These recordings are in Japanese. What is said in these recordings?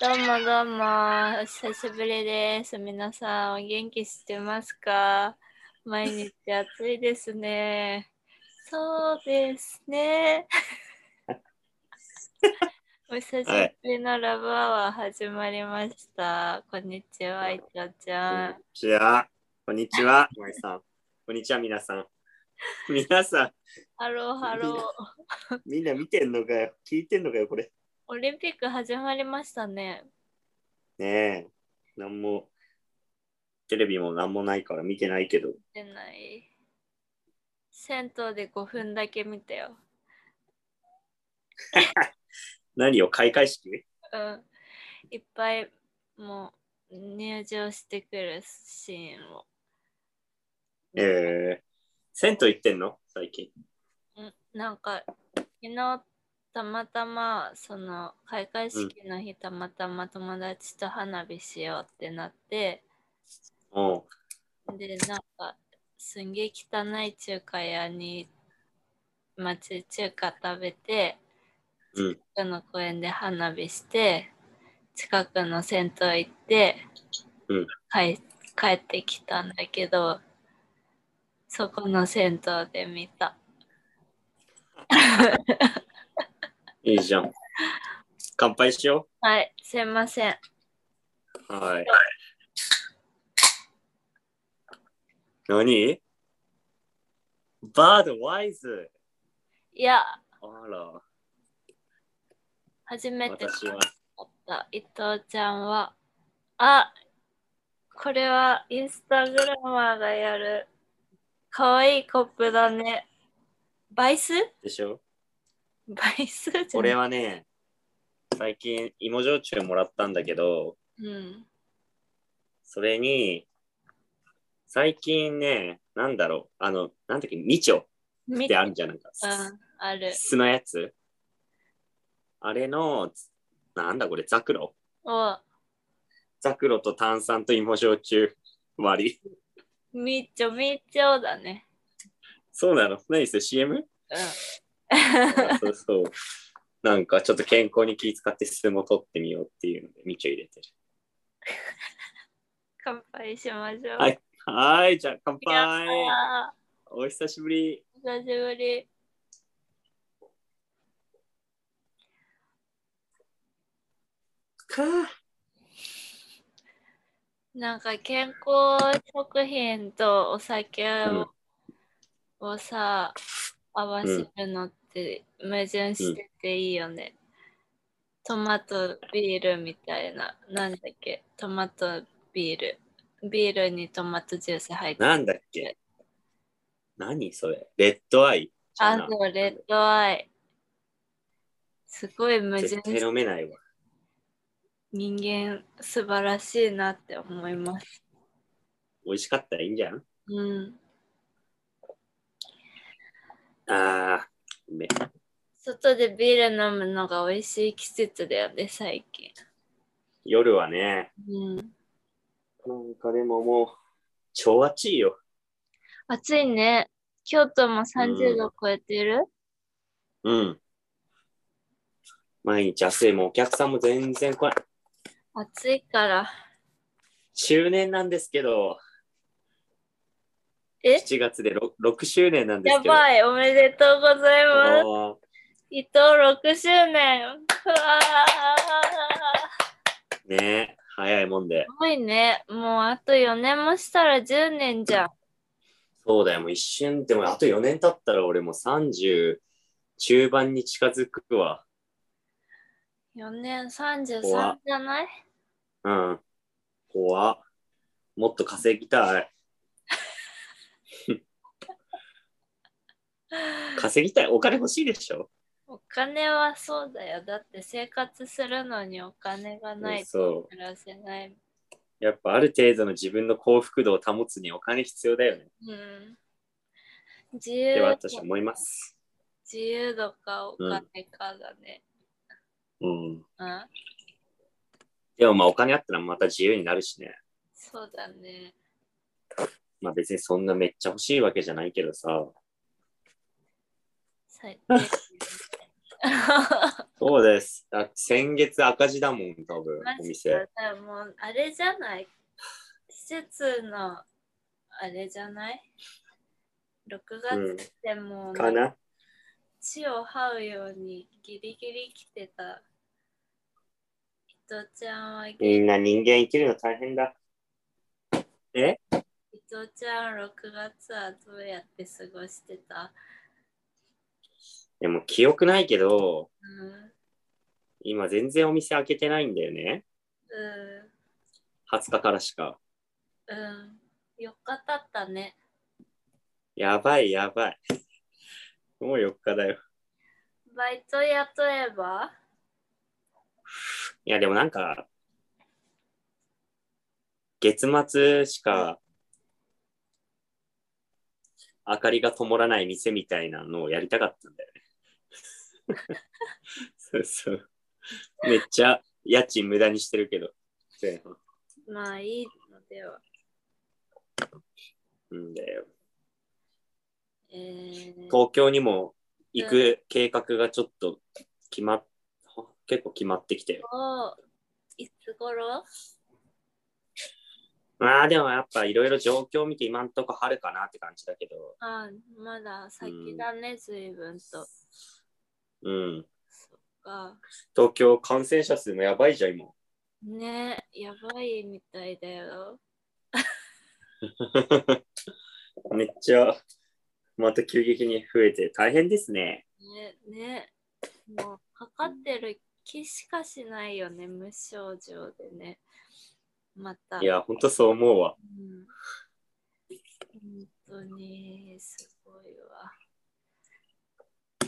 どうもどうも、お久しぶりです。皆さん、お元気してますか毎日暑いですね。そうです ね。お久しぶりのラブアワー始まりました。こんにちは、いちゃちゃん。じゃあ、こんにちは、まいさん。こんにちは、皆さん。皆さハローハロー。ん、みんな見てんのかよ。聞いてんのかよ、これ。オリンピック始まりましたね。ねえ。なんも、テレビもなんもないから見てないけど。出ない。銭湯で5分だけ見たよ。何を開会式うん、いっぱいもう入場してくるシーンを。えー、銭湯行ってんの最近。うんなんか昨日たまたまその開会式の日たまたま友達と花火しようってなってうん。でなんかすんげえ汚い中華屋に町中華食べてうん。近くの公園で花火して近くの銭湯行って、うん帰帰ってきたんだけどそこの銭湯で見たいいじゃん。乾杯しよはいすいませんう。はい。何バードワイズ。いやあら、初めて私買はっ。た伊藤ちゃんはあこれはインスタグラマーがやるかわいいコップだねバイスでしょバイスじゃない俺はね、最近芋焼酎もらったんだけど、うんそれに、最近ね、なんだろう、あの、なんだっけ、みちょっ見てたあるじゃんないか。うんある酢のやつ。あれの、なんだこれ、ザクロおザクロと炭酸と芋焼酎割り。みっちょみっちょだね。そうなの何それ ?CM? う ん。そうそう。なんかちょっと健康に気遣って酢も取ってみようっていうので、みちょ入れてる。乾杯しましょう。はいはーい、じゃあ乾や杯お久しぶり。ったー久しぶり。かなんか健康食品とお酒を,、さ、合わせるのって矛盾してていいよね。トマトビールみたいな。なんだっけトマトビール。ビールにトマトジュース入ってるなんだっけ何それレッドアイあと、レッドアイ。すごい矛盾絶対し飲めないわ。人間素晴らしいなって思います。美味しかったらいいんじゃんうん。あー、め外でビール飲むのが美味しい季節だよね、最近。夜はね、うん。なんかでももう、超暑いよ。暑いね。京都も30度超えてる、うん。毎日暑い。もうお客さんも全然来ない。暑いから。周年なんですけど、え7月で 6, 6周年なんですやけど。ばい、おめでとうございます。も伊藤6周年。うわーうね早いもんで。すごいね。もうあと4年もしたら10年じゃん。そうだよ、もう一瞬でも、あと4年経ったら俺もう30中盤に近づくわ。 4年33怖じゃないうん。怖っもっと稼ぎ たい。稼ぎたい。お金欲しいでしょお金はそうだよ。だって生活するのにお金がないとそ暮らせない。う。やっぱある程度の自分の幸福度を保つにお金必要だよね。うん。自で由は度私は思います。自由度かお金かだね。うん。うん。でもまあお金あったらまた自由になるしね。そうだね。まあ別にそんなめっちゃ欲しいわけじゃないけどさ。 最低。そうです。あ先月赤字だもん、多分マ、おジ店。か。だからもう、あれじゃない季節の、あれじゃない ?6 うん月でも、かな地を這うようにギリギリ来てた。伊藤ちゃんは、伊みんな人間生きるの大変だ。え藤ちゃん6月はどうやって過ごしてたでも記憶ないけど、うん。う今全然お店開けてないんだよね。ん。 20日からしか。うん。4日経ったね。やばいやばい。 もう4日だよ。バイト雇えばいやでもなんか、月末しか明かりが灯らない店みたいなのをやりたかったんだよね。 そうそう。めっちゃ家賃無駄にしてるけど。前半まあいいのでは。うんだよ。えー、東京にも行く計画がちょっと決まっ、結構決まってきてる。おいつ頃まあでもやっぱいろいろ状況を見て今んとこ春かなって感じだけど、あまだ先だね、随分と。うん。が東京感染者数もやばいじゃん今。ねやばいみたいだよ。めっちゃまた急激に増えて大変ですね。ねねもうかかってる気しかしないよね、無症状でね。また。いや、ほんとそう思うわ。うん、本当にすごいわ。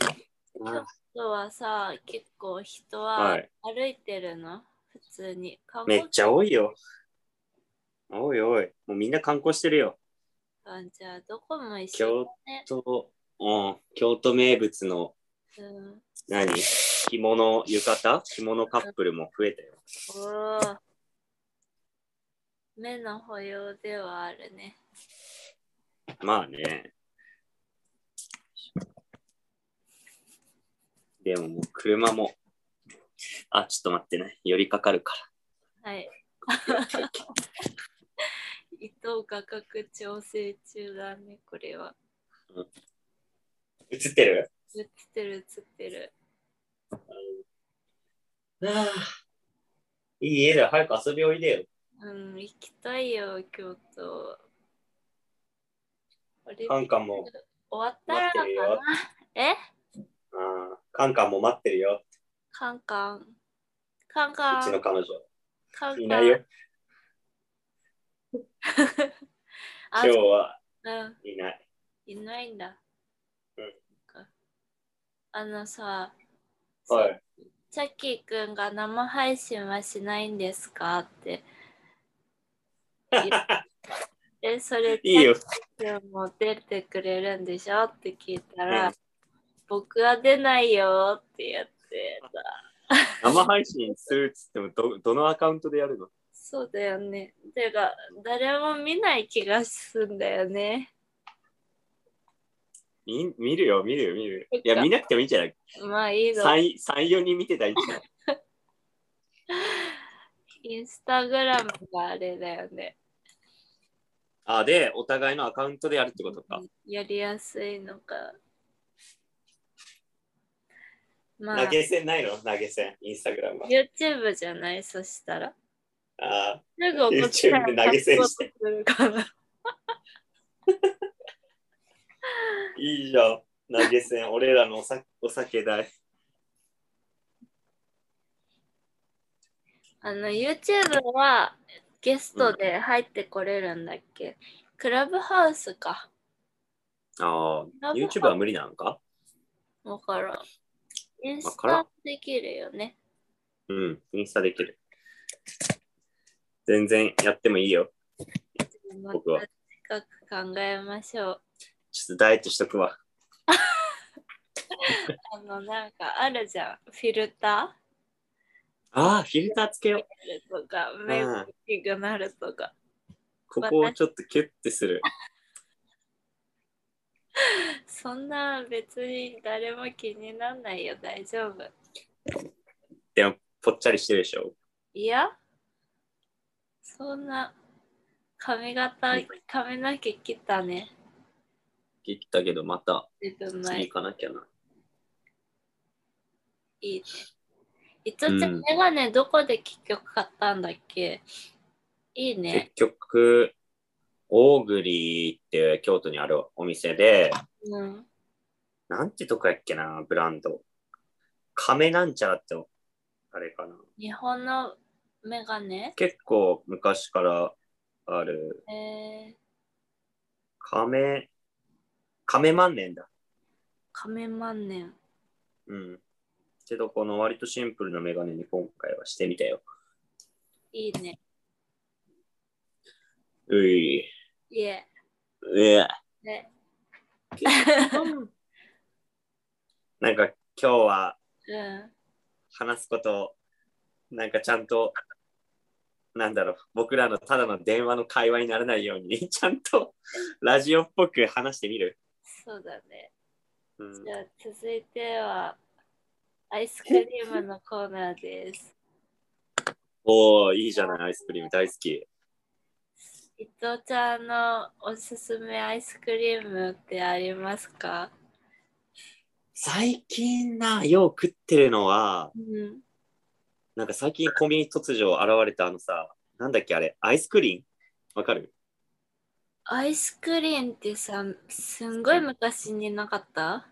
あ今日はさ、結構人は。はい歩いてるの、普通に。観め光っちゃ多いよ。おいおい。もうみんな観光してるよ。館じゃあどこも一緒京都、うん、京都名物のうん何着物、浴衣着物カップルも増えたよ。おー目の保養ではあるね。まあね。でももう車も、あ、ちょっと待ってね。寄りかかるかはい。 伊藤価格調整中だね、これは。ら。映ってる映ってる映ってる。ああ。いい家だよ。早く遊びおいでよ。うん、行きたいよ、京都。オリンピックカンカンも終わった待らってかるよな。。えああ。カンカンも待ってるよ。カンカン。カンうカちのン。彼女。カンカン。いないよ。今あ日はうんいない。いないんだ。うんそっかあのさ、はい。チャッキーくんが生配信はしないんですか って。え、それ、いいよ。チャッキーくんも出てくれるんでしょって聞いたら、うん僕は出ないよってやってた。生配信するっつってもど、どのアカウントでやるのそうだよね。てか、誰も見ない気がするんだよね。見見るよ、見るよ、見るよ。そっいかや、見なくてもいいんじゃないまあいいの。 ?3、4人見てたらいいんじゃないインスタグラムがあれだよね。あ、で、お互いのアカウントでやるってことか。やりやすいのか。まあ投、げ銭ないの投げ銭、インスタグラムは。 YouTube じゃないそしたら。あすぐ怒っ YouTube で投げ銭してくるから。ーいいじゃん。投げ銭、俺らのおさお酒代。あの、YouTube はゲストで入ってこれるんだっけ、クラブハウスか。ああ YouTube は無理なのかわからん。インスわからタんできるよね。うん、インスタできる。全然やってもいいよ。ま僕はた近く考えましょう。ちょっとダイエットしとくわ。あの、なんかあるじゃん。フィルタああ、フィルターつけよう。ーとか、目が大きくなるとか。ここをちょっとキュッてする。そんな別に誰も気にならないよ、大丈夫。でも、ぽっちゃりしてるでしょ。いや、そんな、髪型、髪の毛切ったね。切ったけど、また、自分次前行。かなきゃな。いいね。いつちゃうんん、メガネどこで結局買ったんだっけいい結ね。局、大栗って京都にあるお店で、うん。なんてとこやっけな、ブランド。亀なんちゃらって、あれかな。日本のメガネ結構昔からある、えー、亀、亀万年だ。亀万年。うん。けど、この割とシンプルなメガネに今回はしてみたよ。いいね。うい、いえ。うえ。ね。なんか今日はうん。話すこと、なんかちゃんと、なんだろう、僕らのただの電話の会話にならないように、 ちゃんとラジオっぽく話してみる。そうだね。うんじゃあ、続いては、アイスクリームのコーナーです。おお、いいじゃない、アイスクリーム大好き。伊藤ちゃんのおすすめアイスクリームってありますか最近な、よう食ってるのは、うん。なんか最近コンビニ突如現れたあのさ、なんだっけあれ、アイスクリーンわかるアイスクリーンってさ、すんごい昔になかった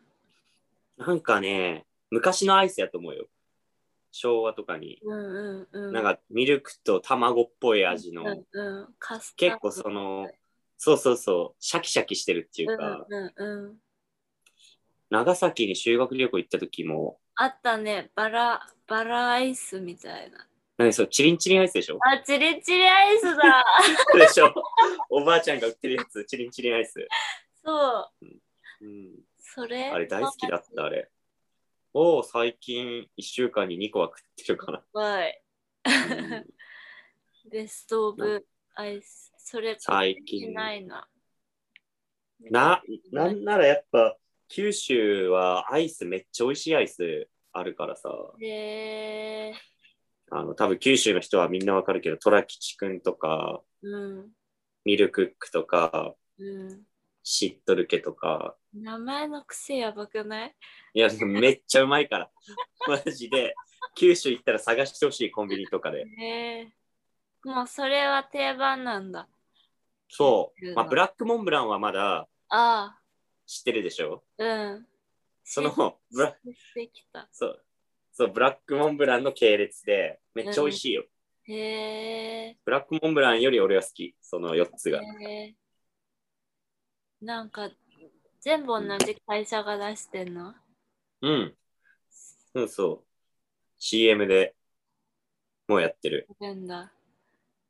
なんかね、昔のアイスやと思うよ。昭和とかに。うんうんうん。なんかミルクと卵っぽい味の、うんうん、カスター結ド構その、そうそうそう、シャキシャキしてるっていうか、うんうんうん。長崎に修学旅行行った時も、あったね、バラ、バラアイスみたいな。なんかそう、チリンチリンアイスでしょ あ、チリチリアイスだ でしょおばあちゃんが売ってるやつ、チリンチリンアイス。そう、うん、それ。あれ大好きだった、あれ。を最近1週間に2個は食ってるか な。はい。うんベストオブアイス。それ、最近ないな。な、なんならやっぱ九州はアイスめっちゃ美味しいアイスあるからさ、で、あの多分九州の人はみんなわかるけど、虎吉くんとか、うん、ミルクックとか、うん。しっとるけとか、名前の癖やばくないいや、めっちゃうまいから。 マジで、九州行ったら探してほしいコンビニとかで。ねえ。もうそれは定番なんだ。そう。まあ、ブラックモンブランはまだあ知ってるでしょあ、うん。その、ブラ、できた。そう。そう、ブラックモンブランの系列で、めっちゃ美味しいよ。へえ。ブラックモンブランより俺は好き。その4つが。へーなんか、全部同じ会社が出してんのうん。そうそう。CM でもうやってる。なんだ。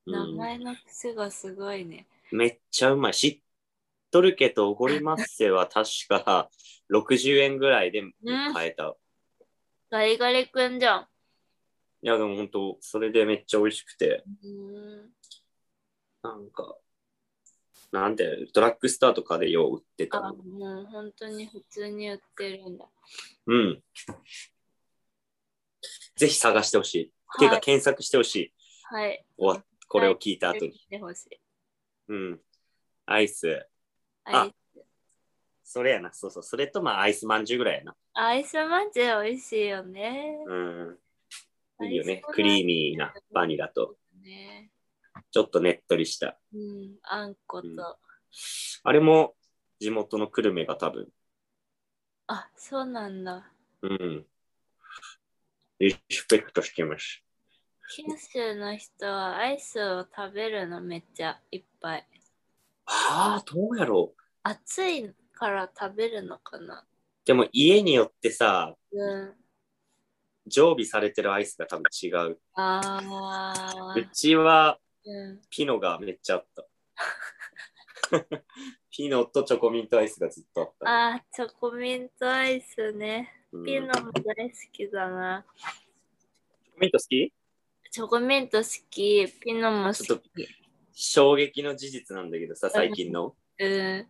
う名ん、前の癖がすごいね。めっちゃうまい。しっとるけど、おごりまっせは確か60円ぐらいで買えた。ガリガリくんじゃん。いや、でも本当それでめっちゃ美味しくて、うんなんか、なんで、ドラッグスターとかでよう売ってあ、た。もう本当に普通に売ってるんだ。うん。ぜひ探してほしい。っていうはか、い。検索してほしい。はい。終わこれを聞いた後見に。てほしい。うん。アイス。アイそれやな。そうそう。それとまあ、アイスまんじゅうぐらいやな。アイスマンチュ美味しいよね。うん。いいよね。アイスまんじゅうクリーミーなバニラと、ねちょっとねっとりした。うん、あんこと。うんあれも、地元の久留米が多分。あ、そうなんだ。うん。リスペクトしてます。九州の人はアイスを食べるのめっちゃいっぱい。ああ、どうやろう。暑いから食べるのかなでも家によってさ、うん。常備されてるアイスが多分違う。ああう。ちはうん。ピノがめっちゃあった。 ピノとチョコミントアイスがずっとあった。あー、チョコミントアイスね。うんピノチョも大好きだな。コミント好きチョコミント好き、ピノもちょ好っきと。衝撃の事実なんだけどさ、最近の。うん。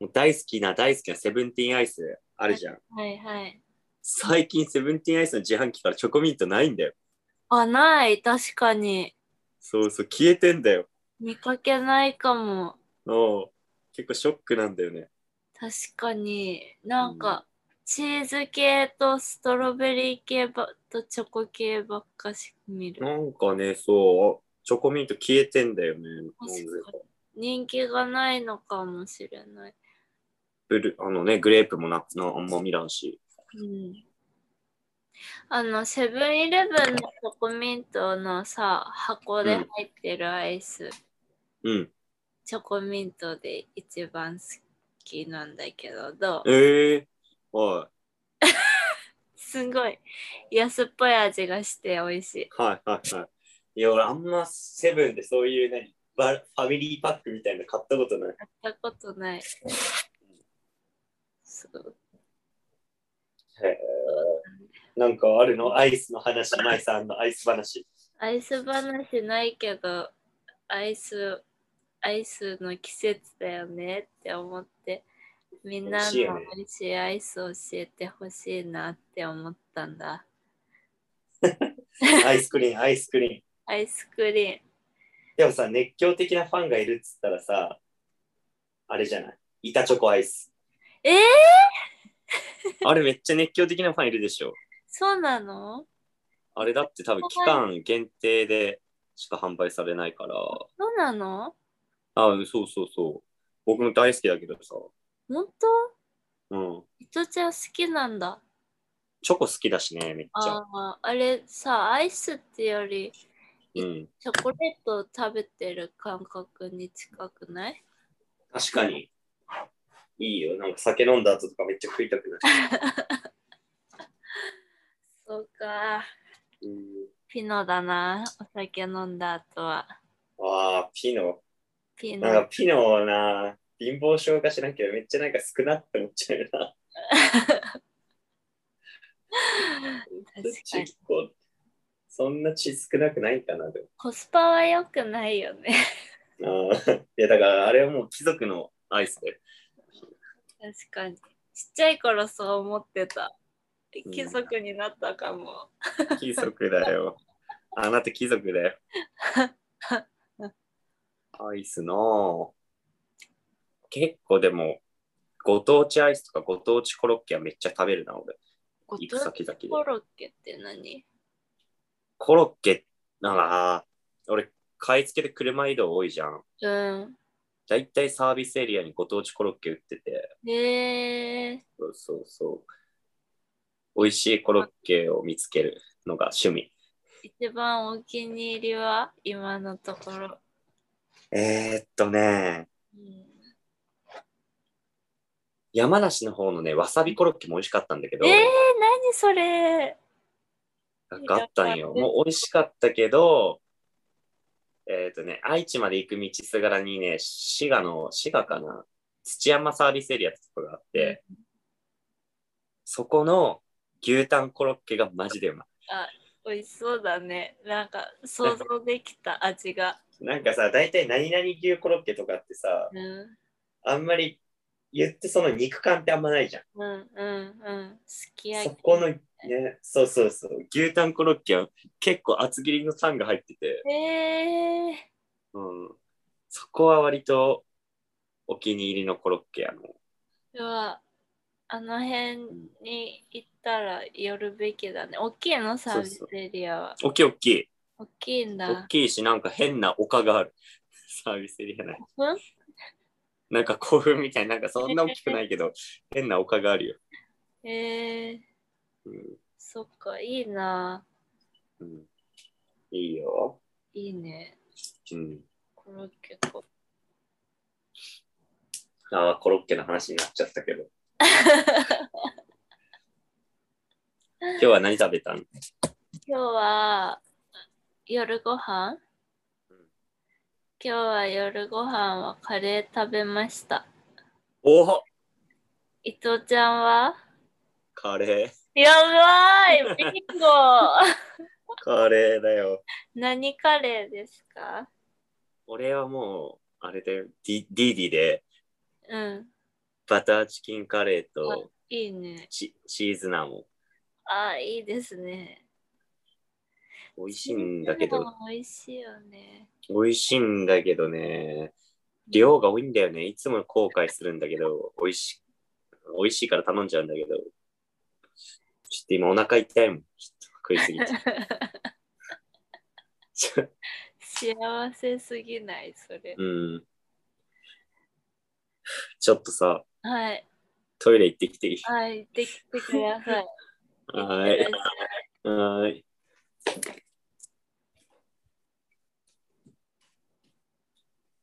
もう大好きな大好きなセブンティーンアイスあるじゃん。はいはい。最近セブンティーンアイスの自販機からチョコミントないんだよ。あ、ない、確かに。そうそう、消えてんだよ。見かけないかも。おう結構ショックなんだよね。確かに。なんか、チーズ系とストロベリー系ばとチョコ系ばっかし見る。なんかね、そう、チョコミント消えてんだよね。確かに。人気がないのかもしれない。ブルあのね、グレープもななあんま見らんし。うん。あの、セブンイレブンのチョコミントのさ、箱で入ってるアイス、うん。チョコミントで一番好きなんだけど、どうええはい。すごい安っぽい味がして美味しい。はいはいはい。いや、俺あんまセブンでそういう何バファミリーパックみたいなの買ったことない。買ったことない。そう。なんかあるのアイスの話、マイさんのアイス話。アイス話ないけど、アイス、アイスの季節だよねって思って、みんな美味のしいよね美味しいアイスを教えてほしいなって思ったんだ。アイスクリーン、アイスクリーン。アイスクリーン。でもさ、熱狂的なファンがいるっつったらさ、あれじゃない板チョコアイス。えー、あれめっちゃ熱狂的なファンいるでしょ。そうなのあれだって多分期間限定でしか販売されないから。そうなのあ、そうそうそう。僕も大好きだけどさ。本当うん。伊藤ちゃん好きなんだ。チョコ好きだしね、めっちゃ。ああ、あれさ、アイスってよりうん。チョコレートを食べてる感覚に近くない確かに。いいよ。なんか酒飲んだ後とかめっちゃ食いたくなる。そうか。 うんピノだな、お酒飲んだ後は。ああ、ピノ。ピなんかノ。ピノはな、貧乏症化しなきゃめっちゃなんか少なって思っちゃうよな。確かに ちっこそんな血少なくないかな、でコスパは良くないよね。 も。あーいや、だからあれはもう貴族のアイスで。確かに。ちっちゃい頃そう思ってた。うん貴族になったかも。貴族だよ。あなた貴族だよ。アイスの結構でも、ご当地アイスとかご当地コロッケはめっちゃ食べるな、俺。ご行く当先地々でコロッケって何コロッケ、なんか、俺、買い付けで車移動多いじゃん。うん。だいたいサービスエリアにご当地コロッケ売ってて、へえそうそうそう。美味しいコロッケを見つけるのが趣味。一番お気に入りは今のところ。えー、っとね、うん山梨の方のね、わさびコロッケも美味しかったんだけど、えー、何それがあったんよ。もう美味しかったけど、えーっとね、愛知まで行く道すがらにね、滋賀の、滋賀かな、土山サービスエリアってとこがあって、そこの牛タンコロッケがマジでうまい。美味しそうだね。なんか想像できた味が。なんかさ、大体何々牛コロッケとかってさ、うんあんまり言ってその肉感ってあんまないじゃん。うんうんうん。すき焼そき。この、ね、そうそうそう、牛タンコロッケは結構厚切りのタンが入ってて、えー、うん、そこは割とお気に入りのコロッケやの。ではあの辺に行ったら寄るべきだね。大きいのサービスエリアは。おっきいおっきい。大きいんおっだ。きいし、なんか変な丘がある。 サービスエリアない。うんなんか興奮みたいな、なんかそんな大きくないけ ど、変な丘があるよ。えー、うんそっか、いいな。うん、いいよ。いいね。うんコロッケ粉。ああ、コロッケの話になっちゃった けど。今日は何食べたん今日は夜ご飯うん今日は夜ご飯はカレー食べました。おお伊藤ちゃんはカレー。やばいビンゴ カレーだよ。何カレーですか俺はもう、あれで、ディディディで、うん。バターチキンカレーはといいね。チチーズナンを。あいいですね。美味しいんだけど、。美味しいよね。美味しいんだけどね、量が多いんだよね。いつも後悔するんだけど、美味しい、美味しいから頼んじゃうんだけど、ちょっと今お腹痛いもん。ちょっと食いすぎて。ちょ幸せすぎない、それ。うん。ちょっとさ、はい。トイレ行ってきていいはい、できてください。 はーい。はーい。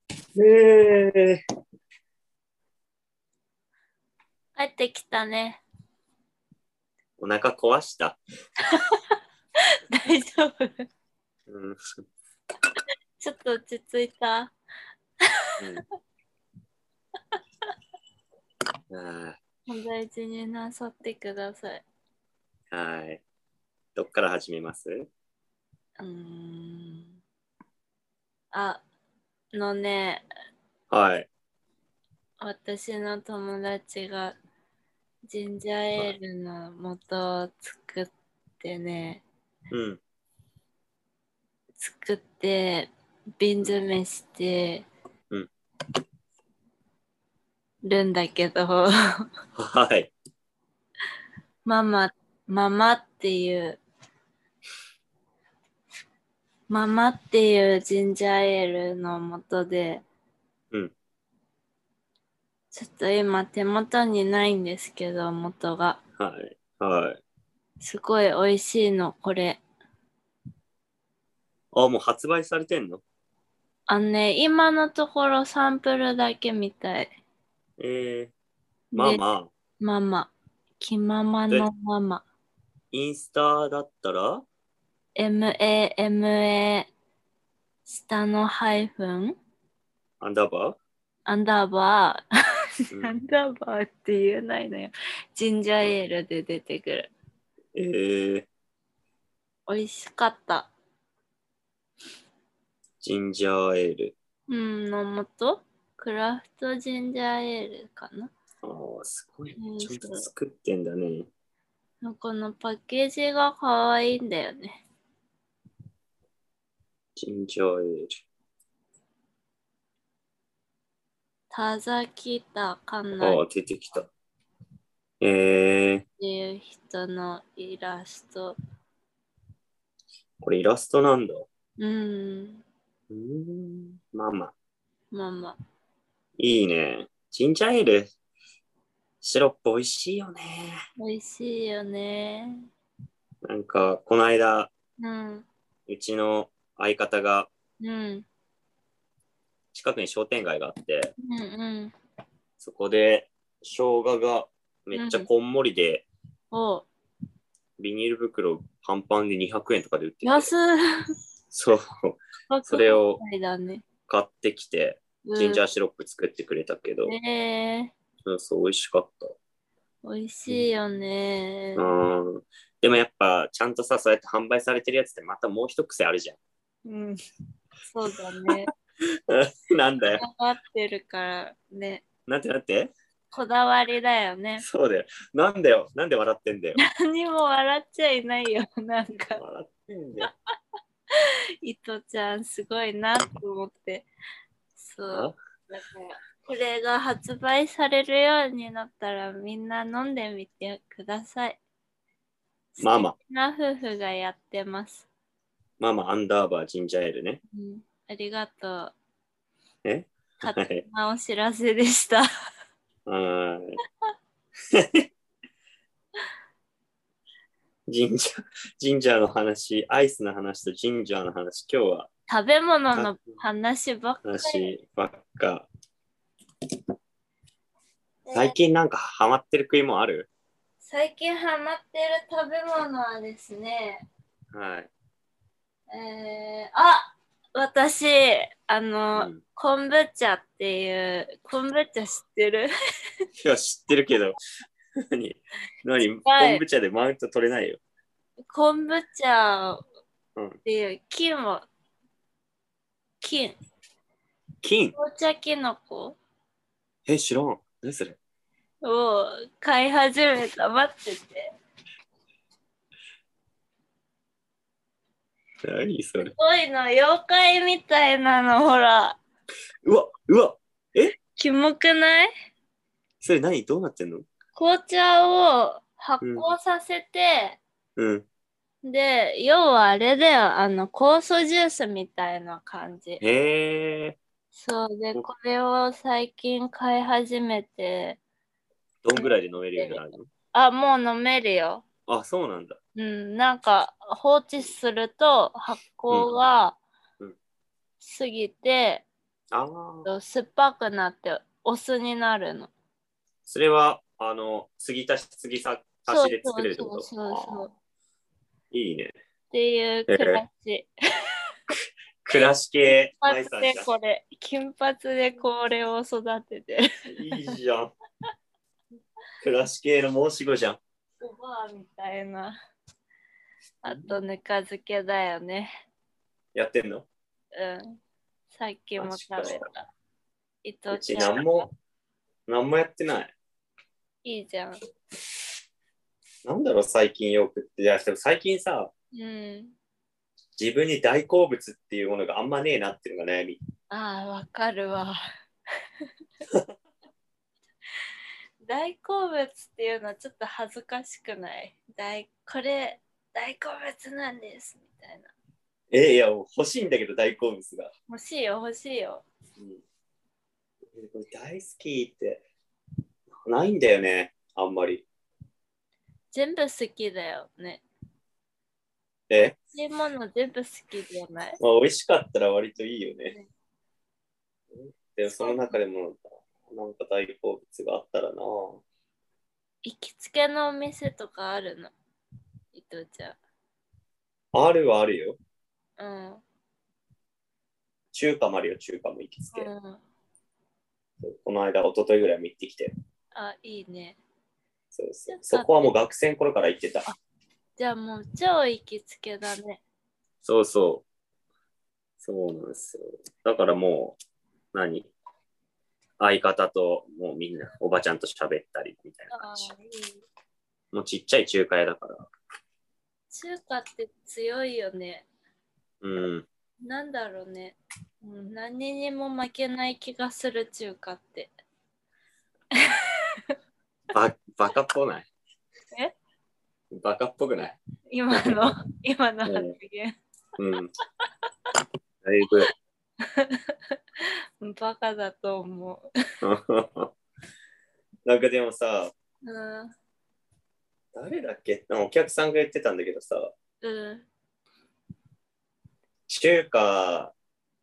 えー、帰ってきたね。 お腹壊した。大丈夫。うん。ちょっと落ち着いた。うんあお大事になさってください。ーはーい。どっから始めますうーん。あ、のね、はい。私の友達がジンジャーエールの素を作ってね、うん。作って瓶詰めしてうんるんだけど、 はい。ママ、ママっていう、ママっていうジンジャーエールの元で、うんちょっと今手元にないんですけど、元が。はい。はい。すごい美味しいの、これ。あ、もう発売されてんのあのね、今のところサンプルだけみたい。えー、まあで、まあ、ママ。気ままのママ。インスタだったら MAMA 下のハイフンアンダーバアンダーバー、ー、うア んンダーバーって言えないのよ。ジンジャーエールで出てくる。えー、美味しかった。ジンジャーエール。うん、の素クラフトジンジャーエールかな。ああ、すごいうん。ちゃんと作ってんだね。このパッケージが可愛いんだよね。ジンジャーエール。田崎田かなああ、出てきた。えー、っていう人のイラスト。これイラストなんだ。うん、うーん、まあまあ。ママ。いいね。ジンジャーエール。シロップ美味しいよね。美味しいよね。なんか、この間、うん、うちの相方がうん、うん、近くに商店街があって、うん。そこで生姜がめっちゃこんもりで、おビニール袋パンパンで200円とかで売ってて安い。そう、それをだね。買ってきて、ジンジャーシロップ作ってくれたけど、うんねうん、そう、美味しかった。え美味しいよね。うん。でもやっぱ、ちゃんとさ、そうやって販売されてるやつってまたもう一癖あるじゃうん。そうだね。ん。 なんだよ。頑張ってるからね。なんてなんてこだわりだよ ね。そうだよ。なんだよ。なんで笑ってんだよ。何も笑っちゃいないよ。なんか、笑ってんだよ。いとちゃんすごいなと思って。そうあ。だから、これが発売されるようになったらみんな飲んでみてください。ママ素敵な夫婦がやってます。ママ、アンダーバー、ジンジャーエールね。うん、ありがとう。え勝手なお知らせでした。はーい。ジンジャー、ジンジャーの話、アイスの話とジンジャーの話、今日は食べ物の話ばっかり。話ばっか。最近なんかハマってる食いもある最近ハマってる食べ物はですね、はい。えー、あ私、あの、うん昆布茶っていう、昆布茶知ってるいや、知ってるけど。何何はい昆布茶でマウント取れないよ。昆布茶うんっていう菌を、菌、金紅茶キノコえ、知らん。何それを買い始めた。待ってて。何それす。ごいの、妖怪みたいなの、ほら。うわ、うわ、キモくないそれ何どうなってんの紅茶を発酵させて、うん。で、要はあれだよ、あの、酵素ジュースみたいな感じ。へえ。そうで、おこれを最近買い始めて、どんぐらいで飲めるようになるあ、もう飲めるよ。のあ、そうなんだ。うん、なんか放置すると発酵がうんうん過ぎて、ああ。酸っぱくなってお酢になるの。それは、あの、継ぎ足し継ぎ足しで作れるってことそうそうそうそうあーいいね。っていう暮らし。暮らし系、金マイさ髪でんじゃ んこれ、金髪でこれを育ててる。いいじゃん。暮らし系の申し子じゃん。おばあみたいな。あと、ぬか漬けだよね。やってんのうん。さっきも食べた。伊う藤ちちゃ何ん、も、何もやってない。いいじゃん。なんだろう、最近よくって。いや、でも最近さ、うん。自分に大好物っていうものがあんまねえなっていうのが悩み。ああ、わかる わ。大好物っていうのはちょっと恥ずかしくない。大これ大好物なんですみたいな。え、いや、もう欲しいんだけど、大好物が。欲しいよ、欲しいよ。うん、えこれ大好きって、ないんだよね、あんまり。全部好きだよね。え、欲しいもの全部好きじゃない。まあ、美味しかったら割といいよね。でも、その中でも、なんか大好物があったらな。行きつけのお店とかあるの。伊藤ちゃあるはあるよ。ん。中華もあるよ、中華も行きつけ。うん。うん、この間、一昨日ぐらいも行ってきて。あ、いいね。そうそう中華そこはもう学生の頃から行ってた。じゃあもう超行きつけだね。そうそう。そうなんですよ。だからもう、何相方ともうみんな、おばちゃんと喋ったりみたいなあ感あ、じ。いい。もうちっちゃい中華屋だから。中華って強いよね。うん。なんだろうね。うん何にも負けない気がする中華って。ば、バカっぽない。えバカっぽくない。今の、今の発言。うん。だいぶ。バカだと思 なんかでもさ、う。うん。誰だっけなんかお客さんが言ってたんだけどさ、うん。中華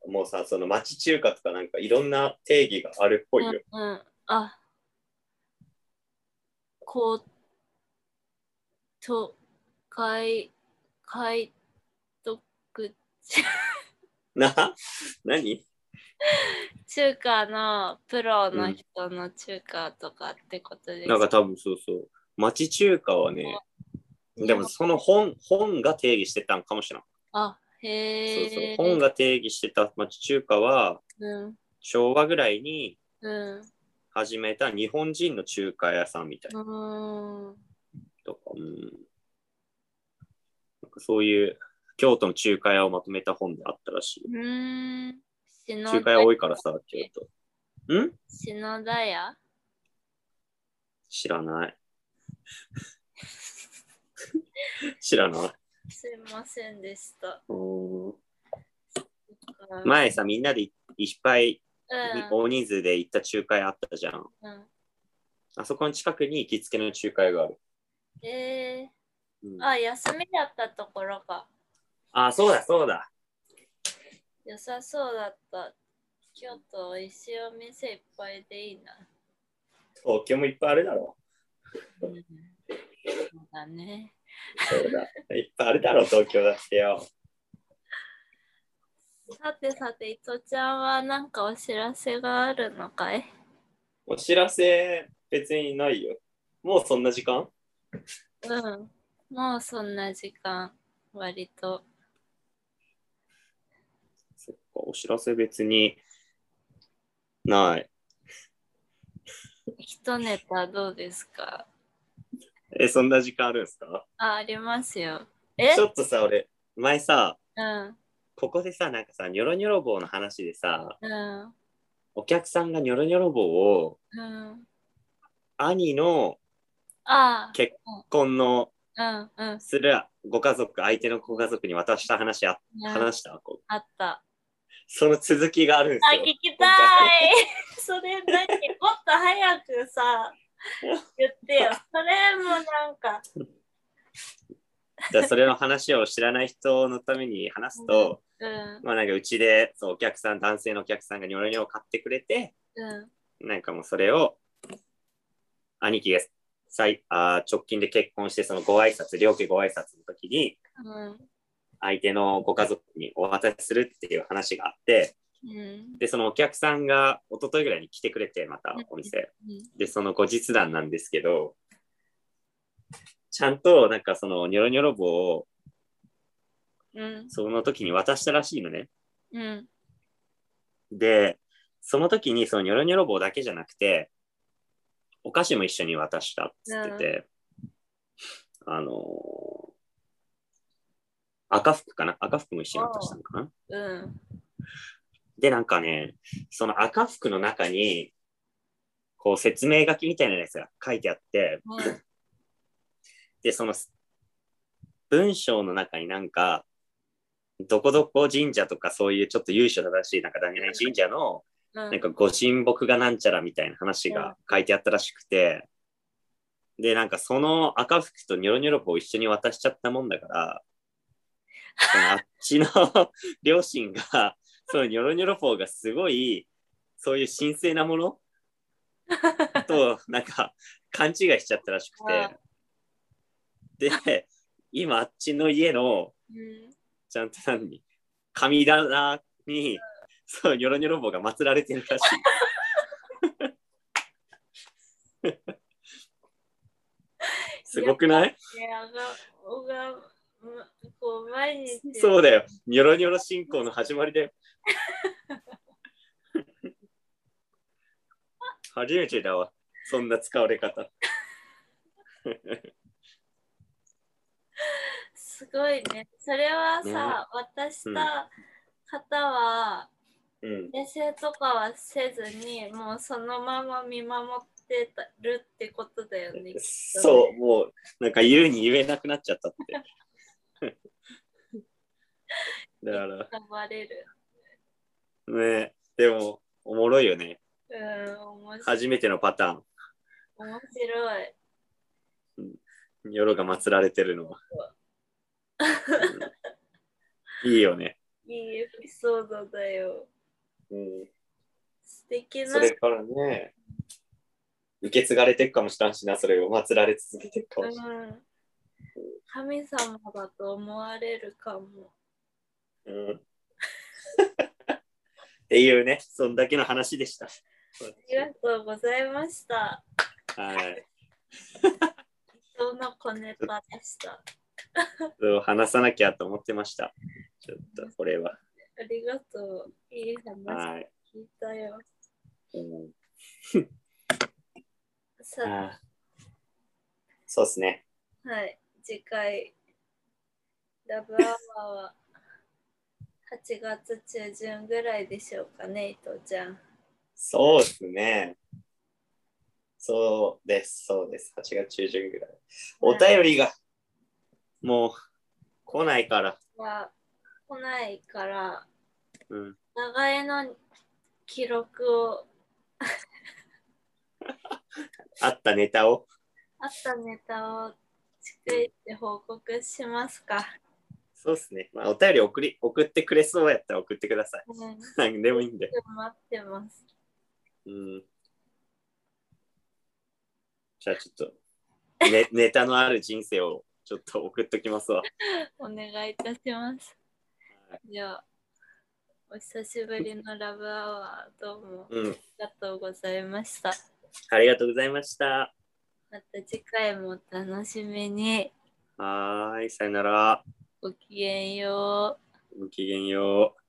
もさ、その町中華とかなんかいろんな定義があるっぽいよ。うん、うん。あ。こう。と。かい。かい。とく。な何中華のプロの人の中華とかってことです。なんか多分そうそう。町中華はね、でもその本本が定義してたんかもしれない。あ、そうへそうえ。本が定義してた町中華はうん。昭和ぐらいにうん。始めた日本人の中華屋さんみたいうなーん。とか、うん、なんかそういう京都の中華屋をまとめた本であったらしい。うーん。篠中華屋多いからさ、京都。ん篠田屋知ら ない。知らない。すいませんでした。うん前さ、みんなでいいっぱいうん大人数で行った中華屋あったじゃん。うんあそこの近くに行きつけの中華屋がある。えうんー、あ、休みだったところか。あ、そうだそうだ。良さそうだった。京都美味しいお店いっぱいでいいな。東京もいっぱいあるだろうん、そうだね。う。そうだ。いっぱいあるだろう、東京だってよ。さてさて、伊藤ちゃんはなんかお知らせがあるのかいお知らせ、別にないよ。もうそんな時間うん。もうそんな時間、割と。そっか、お知らせ別にない。一ネタどうですかえ、そんな時間あるんですかあ、ありますよ。えちょっとさ、俺、前さ、うん。ここでさ、なんかさ、ニョロニョロ棒の話でさ、うん。お客さんがニョロニョロ棒をうん。兄のあ結婚のあ。うん。うん。するご家族、相手のご家族に渡した話あ、話したこうあった。その続きがあるんであ、すよ。聞きたい それ何もっと早く さ、言ってよ。それもなんか、じゃあそれの話を知らない人のために話すと、うん、まあなんかうちでそうお客さん、男性のお客さんがニョロニョロ買ってくれて、うん、なんかもうそれを兄貴が最あー直近で結婚してそのご挨拶、両家ご挨拶の時にうん、相手のご家族にお渡しするっていう話があって、うん、で、そのお客さんが一昨日ぐらいに来てくれて、またお店。で、その後日談なんですけど、ちゃんとなんかそのニョロニョロ棒をうん、その時に渡したらしいのね。うん、で、その時にそのニョロニョロ棒だけじゃなくて、お菓子も一緒に渡したっつってて、あのー赤服かな赤服も一緒に渡したのかなうん、で、なんかね、その赤服の中に、こう説明書きみたいなやつが書いてあって、うん、で、その文章の中になんか、どこどこ神社とかそういうちょっと由緒正しいなんか何々神社のうん、なんかご神木がなんちゃらみたいな話が書いてあったらしくて、で、なんかその赤服とニョロニョロ子を一緒に渡しちゃったもんだから、そのあっちの 両親が、そのニョロニョロ子がすごい、そういう神聖なものと、なんか勘違いしちゃったらしくて、で、今あっちの家の、うんちゃんと何神棚に、そう、ニョロニョロ棒が祀られてるらしい。すごくないねあがおがむこう毎日そうだよ。ニョロニョロ信仰の始まり だよ。初めてだわ。そんな使われ方。すごいねそれはさ、渡した方はうん。訂正とかはせずにもうそのまま見守ってたるってことだよね そう、もう、なんか言うに言えなくなっちゃったって。 だから、頑張れるね、でも、おもろいよね。うん面白い初めてのパターン。面白いニョロが祀られてるのは。うんいいよね。いいエピソードだようん、素敵なそれからね、受け継がれていくかもしれんしな、それを祀られ続けていくかもしれなうん、神様だと思われるかもい。うん っていうね、そんだけの話でした。ありがとうございましたはい。貴重な小ネタでしたそう話さなきゃと思ってました。ちょっとこれは。ありがとういい話はい。聞いたようん、さああーそうですね。はい次回ラブアワーは8月中旬ぐらいでしょうかね伊藤ちゃんそうですね。そうです、そうです。8月中旬ぐらい。お便りが、もう、来ないから。は来ないからうん。お互いの記録をあったネタを。あったネタを逐一報告しますか。そうですね。まあ、お便り送り、送ってくれそうやったら送ってください。 うん、待何でもいいんで。ってます。うん。じゃあちょっと、ね、 ネタのある人生をちょっと送っときますわ。お願いいたします。じゃあ、お久しぶりのラブアワー、どうもあうん。りがとうございました。ありがとうございました。また次回もお楽しみに。はーい。さよなら。ごきげんよう。ごきげんよう。